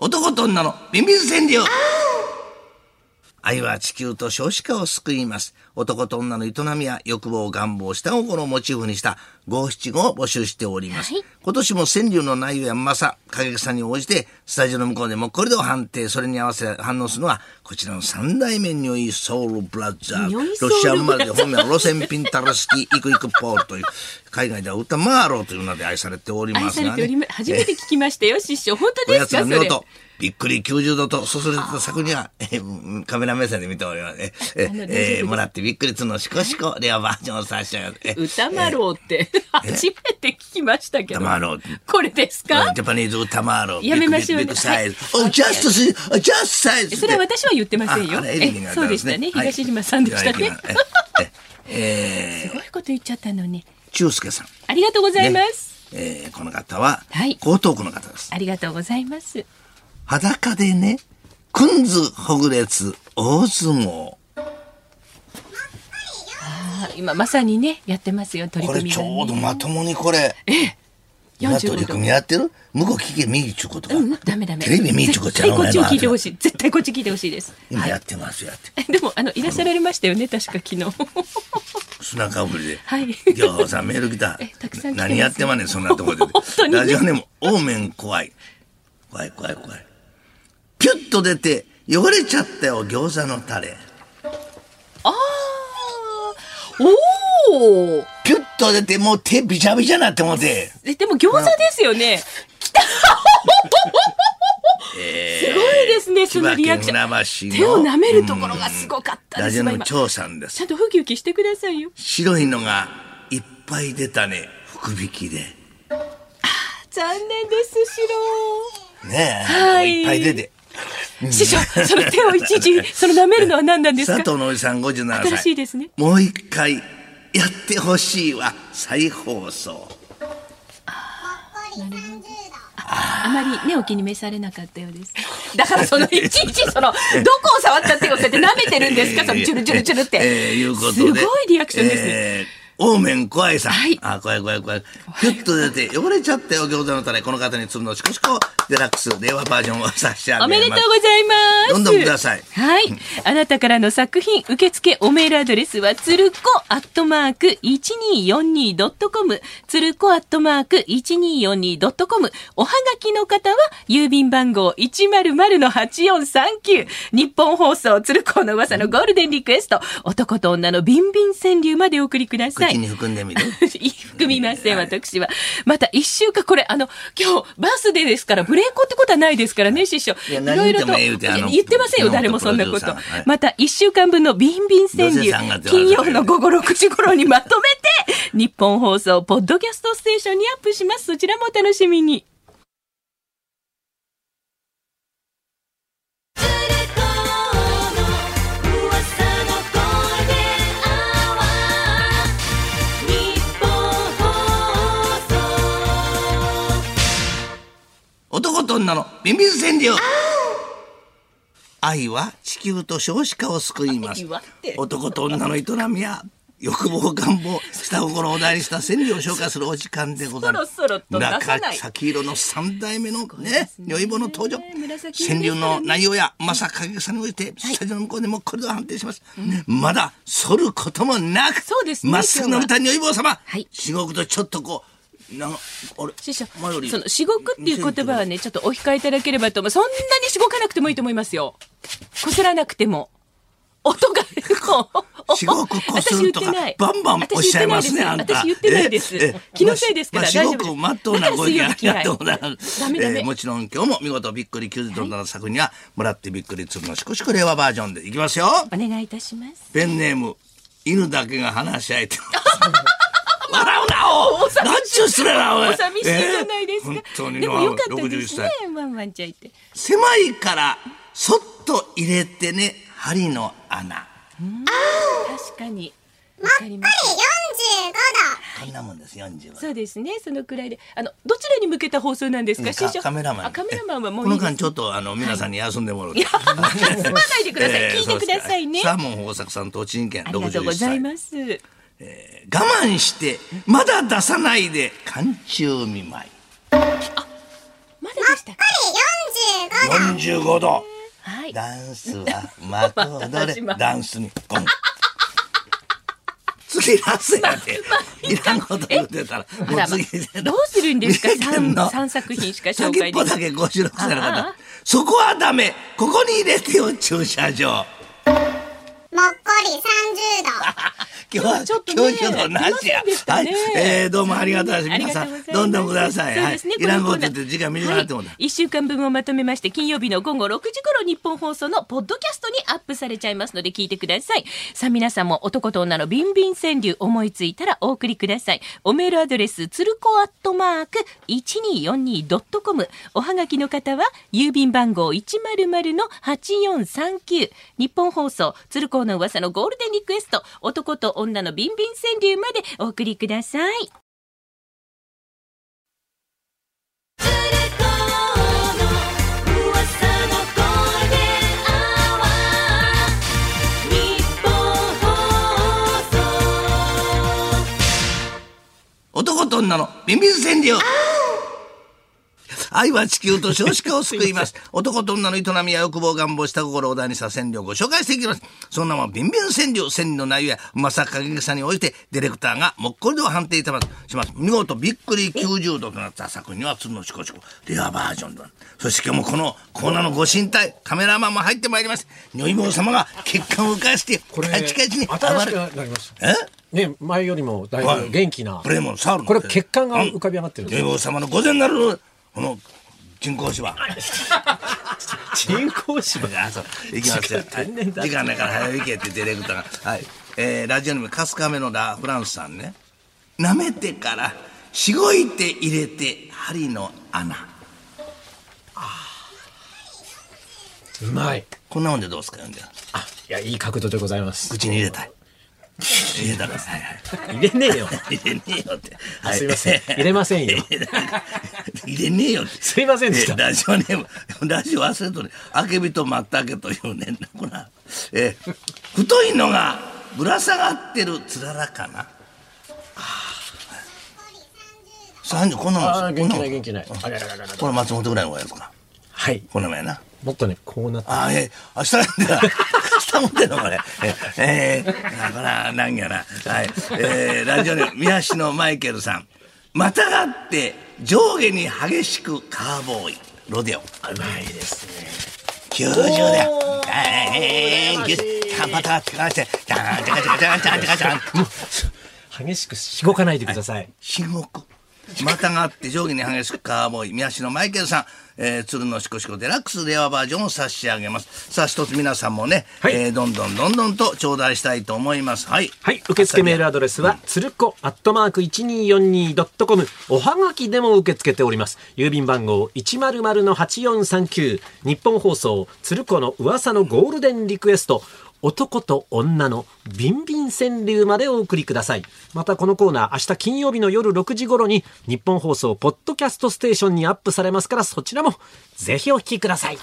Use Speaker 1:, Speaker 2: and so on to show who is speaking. Speaker 1: そんなのビビずせんでよ愛は地球と少子化を救います。男と女の営みや欲望、願望、下心をモチーフにした五七五を募集しております。
Speaker 2: はい
Speaker 1: 今年も川柳の内容やうまさ、影草に応じて、スタジオの向こうでもっこりと判定、それに合わせ反応するのは、こちらの三代目にョいソウルブラザー
Speaker 2: ニョイ。ソウル
Speaker 1: ロ
Speaker 2: ブ
Speaker 1: シ
Speaker 2: ラ
Speaker 1: ア
Speaker 2: ザー
Speaker 1: 生まれで本名はロセン・ピンタラスキー、イクイクポールという、海外では歌マーローという名で愛されており
Speaker 2: 愛
Speaker 1: ま
Speaker 2: さ
Speaker 1: す
Speaker 2: れ
Speaker 1: が、
Speaker 2: てお
Speaker 1: ね。
Speaker 2: りま、初めて聞きましたよ、師匠。本当
Speaker 1: お
Speaker 2: で
Speaker 1: や
Speaker 2: す
Speaker 1: つが
Speaker 2: かそ
Speaker 1: 見
Speaker 2: れ。
Speaker 1: 事、びっくり90度と、そそれた作には、えーカメラ目線で見ておりますね。え
Speaker 2: あの大丈夫で
Speaker 1: え
Speaker 2: す
Speaker 1: ーもらってびっくりつのシコシコ、レアバージョンを差し上げて。
Speaker 2: 歌まろうって、初めて聞きましたけど。
Speaker 1: 歌まろう
Speaker 2: これですか
Speaker 1: ジャパニーズ歌マーロ。
Speaker 2: やめましょう
Speaker 1: ビッグビッグサイズ。お、ジャストス、お、ジャストサイズ。
Speaker 2: それは私は言ってませんよ
Speaker 1: ああれエリンが
Speaker 2: えそうでしたね東島さんでしたね
Speaker 1: はいエリンがえーえ
Speaker 2: すごいこと言っちゃったのね。
Speaker 1: ー、中介さん。
Speaker 2: ありがとうございます。
Speaker 1: ねえーこの方は、
Speaker 2: はい
Speaker 1: 江東区の方です。
Speaker 2: ありがとうございます。
Speaker 1: 裸でね、くんずほぐれつ大相撲。
Speaker 2: あ今まさにね、やってますよ、取り
Speaker 1: これ
Speaker 2: 組み
Speaker 1: ち
Speaker 2: が、ね。
Speaker 1: ょうどまともにこれ、今取り組みやってる向こう聞け右ちゅうことか、
Speaker 2: うん、ダメダメ。
Speaker 1: テレビ右ちゅうこちゃ
Speaker 2: 絶対こっちを聞いてほ
Speaker 1: い
Speaker 2: しい。絶対こっち聞いてほしいです。
Speaker 1: 今やってますよやって
Speaker 2: でも、あの、い らっしゃられましたよね、確か 昨日。
Speaker 1: 砂かぶりで、
Speaker 2: はい
Speaker 1: 今日さんメール来た
Speaker 2: えたくさん来てます
Speaker 1: 何やってまんねんそんなところで
Speaker 2: 本当にね
Speaker 1: ラジオネームオーメン怖い怖い怖い怖いピュッと出て汚れちゃったよ餃子のタレ
Speaker 2: ああおお
Speaker 1: ピュッと出てもう手びちゃびちゃなって思って
Speaker 2: え、でも餃子ですよね。来 たすごいですね、そのリアクション。
Speaker 1: 千葉県船
Speaker 2: 手
Speaker 1: 橋の
Speaker 2: を舐めるところがすごかった
Speaker 1: ラ
Speaker 2: で
Speaker 1: ジ
Speaker 2: す
Speaker 1: オ
Speaker 2: わ
Speaker 1: ネーム長さんです
Speaker 2: ちゃんとウキウキしてくださいよ。
Speaker 1: 白いのがいっぱい出たね福引きで
Speaker 2: 残念です、白。
Speaker 1: ねえ、
Speaker 2: はい
Speaker 1: い、っぱい出て
Speaker 2: 師匠、その手をいちいち、その舐めるのは何なんです
Speaker 1: 佐
Speaker 2: か
Speaker 1: 藤のおじさん57歳
Speaker 2: 新しいですね
Speaker 1: もう一回やってほしいわ再放送
Speaker 2: あまりね、お気に召されなかったようです。 だからその、いちいち その、どこを触ったってことって舐めてるんですかその、チュルチュルチュルって。
Speaker 1: えーえーいうことです
Speaker 2: ごいリアクションですね。
Speaker 1: えーオーメン怖いさん。
Speaker 2: はい
Speaker 1: あ、怖い怖い怖い。キュッと出て汚れちゃったよ、餃子のタレ。この方に鶴のシコシコデラックス、令和バージョンを差し上げます。
Speaker 2: おめでとうございます。
Speaker 1: どんどんください
Speaker 2: はい。あなたからの作品受付おメールアドレスはつるこアットマーク一二四二ドットコムつるこアットマーク一二四二ドットコムおはがきの方は郵便番号一0 0の八四三九日本放送つるこの噂のゴールデンリクエスト男と女のビンビン川柳までお送りください
Speaker 1: 口。に含んでみる。
Speaker 2: いい含みません、私は。また一週間、これ、あの、今日、バースデーですから、ブレイクってことはないですからね、師匠。
Speaker 1: いや何言ってもええ言うてあの
Speaker 2: 言ってませんよ、
Speaker 1: 日本
Speaker 2: 誰もそんなこ
Speaker 1: プロ
Speaker 2: と
Speaker 1: デューサーがはい。
Speaker 2: また一週間分のビンビン川
Speaker 1: どうせ
Speaker 2: 柳
Speaker 1: さんが、手を
Speaker 2: 金曜の午後6時頃にまとめて、 日本放送、ポッドキャストステーションにアップします。そちらもお楽しみに。
Speaker 1: 男と女のビンビン川柳愛は地球と少子化を救います
Speaker 2: 愛はって
Speaker 1: 男と女の営みや欲望願望下心をお題にした川柳を紹介するお時間でございます
Speaker 2: そろそろと出さない
Speaker 1: 中先色の三代目のね
Speaker 2: すね
Speaker 1: 如意棒の登場
Speaker 2: 紫色
Speaker 1: 川
Speaker 2: です
Speaker 1: 柳
Speaker 2: からね
Speaker 1: の内容やまさ影さんにおいてスタジオの向こうでもこれで判定します、まだ反ることもなく
Speaker 2: そうですね
Speaker 1: まっすぐ伸びた如意棒様、
Speaker 2: はい
Speaker 1: 至極とちょっとこうなんかあれ
Speaker 2: 師匠、
Speaker 1: 前より
Speaker 2: その、至極っていう言葉はね、ちょっとお控えいただければと思う。そんなにしごかなくてもいいと思いますよ。こすらなくても。音が、こう。
Speaker 1: 至極こすると
Speaker 2: 私言って
Speaker 1: か
Speaker 2: ない
Speaker 1: バンバンおっしゃいますねあんた
Speaker 2: 私言ってないです。
Speaker 1: ええ
Speaker 2: 気のせいですから、
Speaker 1: まあ
Speaker 2: 大丈夫です。
Speaker 1: 至極まっとうなご意見あ
Speaker 2: だ
Speaker 1: りが
Speaker 2: から水曜日嫌い
Speaker 1: とうございます
Speaker 2: ダメダメ
Speaker 1: えーもちろん今日も見事びっくり90度の作にはもらってびっくりつるのしこしこ令和バージョンでいきますよ
Speaker 2: お願いいたします。
Speaker 1: ペンネーム犬だけが話し合えてます笑うなおなんちゅうすれなおい
Speaker 2: お寂しいじゃないですか。
Speaker 1: えー本当に
Speaker 2: でもよかったで
Speaker 1: 61
Speaker 2: すね
Speaker 1: 歳。
Speaker 2: ワンワンちゃんいて。
Speaker 1: 狭いからそっと入れてね針の穴
Speaker 2: 確かに。わかります。
Speaker 1: こんなもんです45
Speaker 2: そうですね。そのくらいで、あのどちらに向けた放送なんですか、師
Speaker 1: か
Speaker 2: 匠。
Speaker 1: カメラマン
Speaker 2: あカメラマンはもう
Speaker 1: こ
Speaker 2: い
Speaker 1: の
Speaker 2: いです
Speaker 1: 間ちょっとあの皆さんに休んでもらうと
Speaker 2: 休まないでください。
Speaker 1: えー
Speaker 2: 聞いてくださいね。
Speaker 1: そうですかサーモン豊作さん栃木県
Speaker 2: ありがとうご
Speaker 1: 61
Speaker 2: ざい
Speaker 1: 歳我
Speaker 2: ます。え
Speaker 1: 慢してまだ出さないで寒中見舞い
Speaker 2: まだでしたか。
Speaker 1: え45度。
Speaker 2: はい。
Speaker 1: ダンスは幕を 踊
Speaker 2: 始ま
Speaker 1: れ。
Speaker 2: る
Speaker 1: ダンスにゴン。次ラスやで。いらんこと言ってたら、
Speaker 2: あ
Speaker 1: もう
Speaker 2: らま
Speaker 1: 次で
Speaker 2: どうするんですか
Speaker 1: 見てんの
Speaker 2: 三三作品しか紹
Speaker 1: 先
Speaker 2: 介
Speaker 1: っ
Speaker 2: で
Speaker 1: ぽ
Speaker 2: き
Speaker 1: だ
Speaker 2: ない。
Speaker 1: けご収録され
Speaker 2: あ
Speaker 1: 方
Speaker 2: あ。
Speaker 1: そこはダメ。ここに入れてよ、駐車場。
Speaker 3: もっこり30度。
Speaker 1: 今日は
Speaker 2: ちょっとね
Speaker 1: 教授のなしや
Speaker 2: 出ませんでし。た
Speaker 1: は
Speaker 2: ね
Speaker 1: い、えー、どうもありがとうございます。
Speaker 2: ありがとうござい
Speaker 1: 皆さ
Speaker 2: ま
Speaker 1: ん、
Speaker 2: す
Speaker 1: どんどんください。
Speaker 2: そう
Speaker 1: は
Speaker 2: で
Speaker 1: い
Speaker 2: すね、
Speaker 1: いらんこ
Speaker 2: こ
Speaker 1: と
Speaker 2: のコーナー
Speaker 1: 言って時間短くなってもうた
Speaker 2: はい、1週間分をまとめまして金曜日の午後6時頃日本放送のポッドキャストにアップされちゃいますので聞いてくださいさあ皆さんも男と女のビンビン川柳思いついたらお送りくださいおメールアドレスつるこアットマーク 1242.com おはがきの方は郵便番号100-8439日本放送鶴光の噂のゴールデンリクエスト男と女のビンビン川柳までお送りください
Speaker 1: 男と女のビンビン川柳。愛は地球と少子化を救い ます。男と女の営みや欲望、願望、した心を大にした川柳をご紹介していきます。その名はビンビン川柳。川柳の内容やうまさかげさに応じて、ディレクターがもっこりと判定いたします。見事、びっくり90度となった作品は、鶴のしこしこ、レアバージョンである。そして今日もこのコーナーのご神体、カメラマンも入ってまいります。如意棒様が血管を浮かして、
Speaker 4: これ、
Speaker 1: カチカチに
Speaker 4: 新し
Speaker 1: 暴れ
Speaker 4: くなりました。
Speaker 1: え
Speaker 4: ね、前よりもだ
Speaker 1: はい
Speaker 4: ぶ元気な。
Speaker 1: プレーモンサウル
Speaker 4: これ血管が浮かび上がってるんです
Speaker 1: 女王様の御前なるこの人工芝
Speaker 4: 人工芝。
Speaker 1: あそう行きますよ
Speaker 4: 時間天然だ
Speaker 1: 時間ないから早いけってディレクターがはい、えー、ラジオネーム春日目のラ・フランスさんね舐めてからしごいて入れて針の穴
Speaker 4: うまい。
Speaker 1: こんなもんでどうですか読んで
Speaker 4: あ、いや、いい角度でございます。
Speaker 1: 口に入れた い入れたらはいはい
Speaker 4: 入れねえよ。
Speaker 1: 入れねえよって、は
Speaker 4: すいません入れませんよ
Speaker 1: 入れねえよって
Speaker 4: すいませんでした
Speaker 1: えーラジオネーム、 ラジオ忘れとる。あけびとまったけというねんな、こら。えー太いのがぶら下がってるつららかな。三十こんな
Speaker 4: あ
Speaker 1: も
Speaker 4: あ、
Speaker 1: んです
Speaker 4: 元
Speaker 1: よ。
Speaker 4: 気ない
Speaker 1: こん
Speaker 4: 元気ない。あららら
Speaker 1: な
Speaker 4: らら
Speaker 1: もんこれ松本ぐらいの方がやつかな。
Speaker 4: はい。
Speaker 1: こんなもんやな。
Speaker 4: もっとね、こうなって。
Speaker 1: あ、え、明日なんだ。 明日持ってんのこれ。え、えー、なら、なんやな。はい。えー、ラジオネーム、宮橋のマイケルさん。またがって、上下に激しくカーボーイ。ロデオ。
Speaker 4: うまいですね。
Speaker 1: 90だよ。えー、えー、えー、またがって、かして、じゃんじゃんじゃんじゃんじゃんじゃんじゃん。
Speaker 4: 激しくしごかないでください。
Speaker 1: 至極またがって上下に激しくカーボーイ宮代マイケルさん、えー、鶴のしこしこデラックスレアバージョンを差し上げますさあ一つ皆さんもね、
Speaker 4: はい
Speaker 1: えーどんどんどんどんと頂戴したいと思いますはい、
Speaker 4: はい、受付メールアドレスは、つるこアットマーク 1242.com。おはがきでも受け付けております。郵便番号100-8439。日本放送、つるこの噂のゴールデンリクエスト。男と女のビンビン川柳までお送りください。またこのコーナー、明日金曜日の夜6時頃に、日本放送、ポッドキャストステーションにアップされますから、そちらもぜひお聞きください。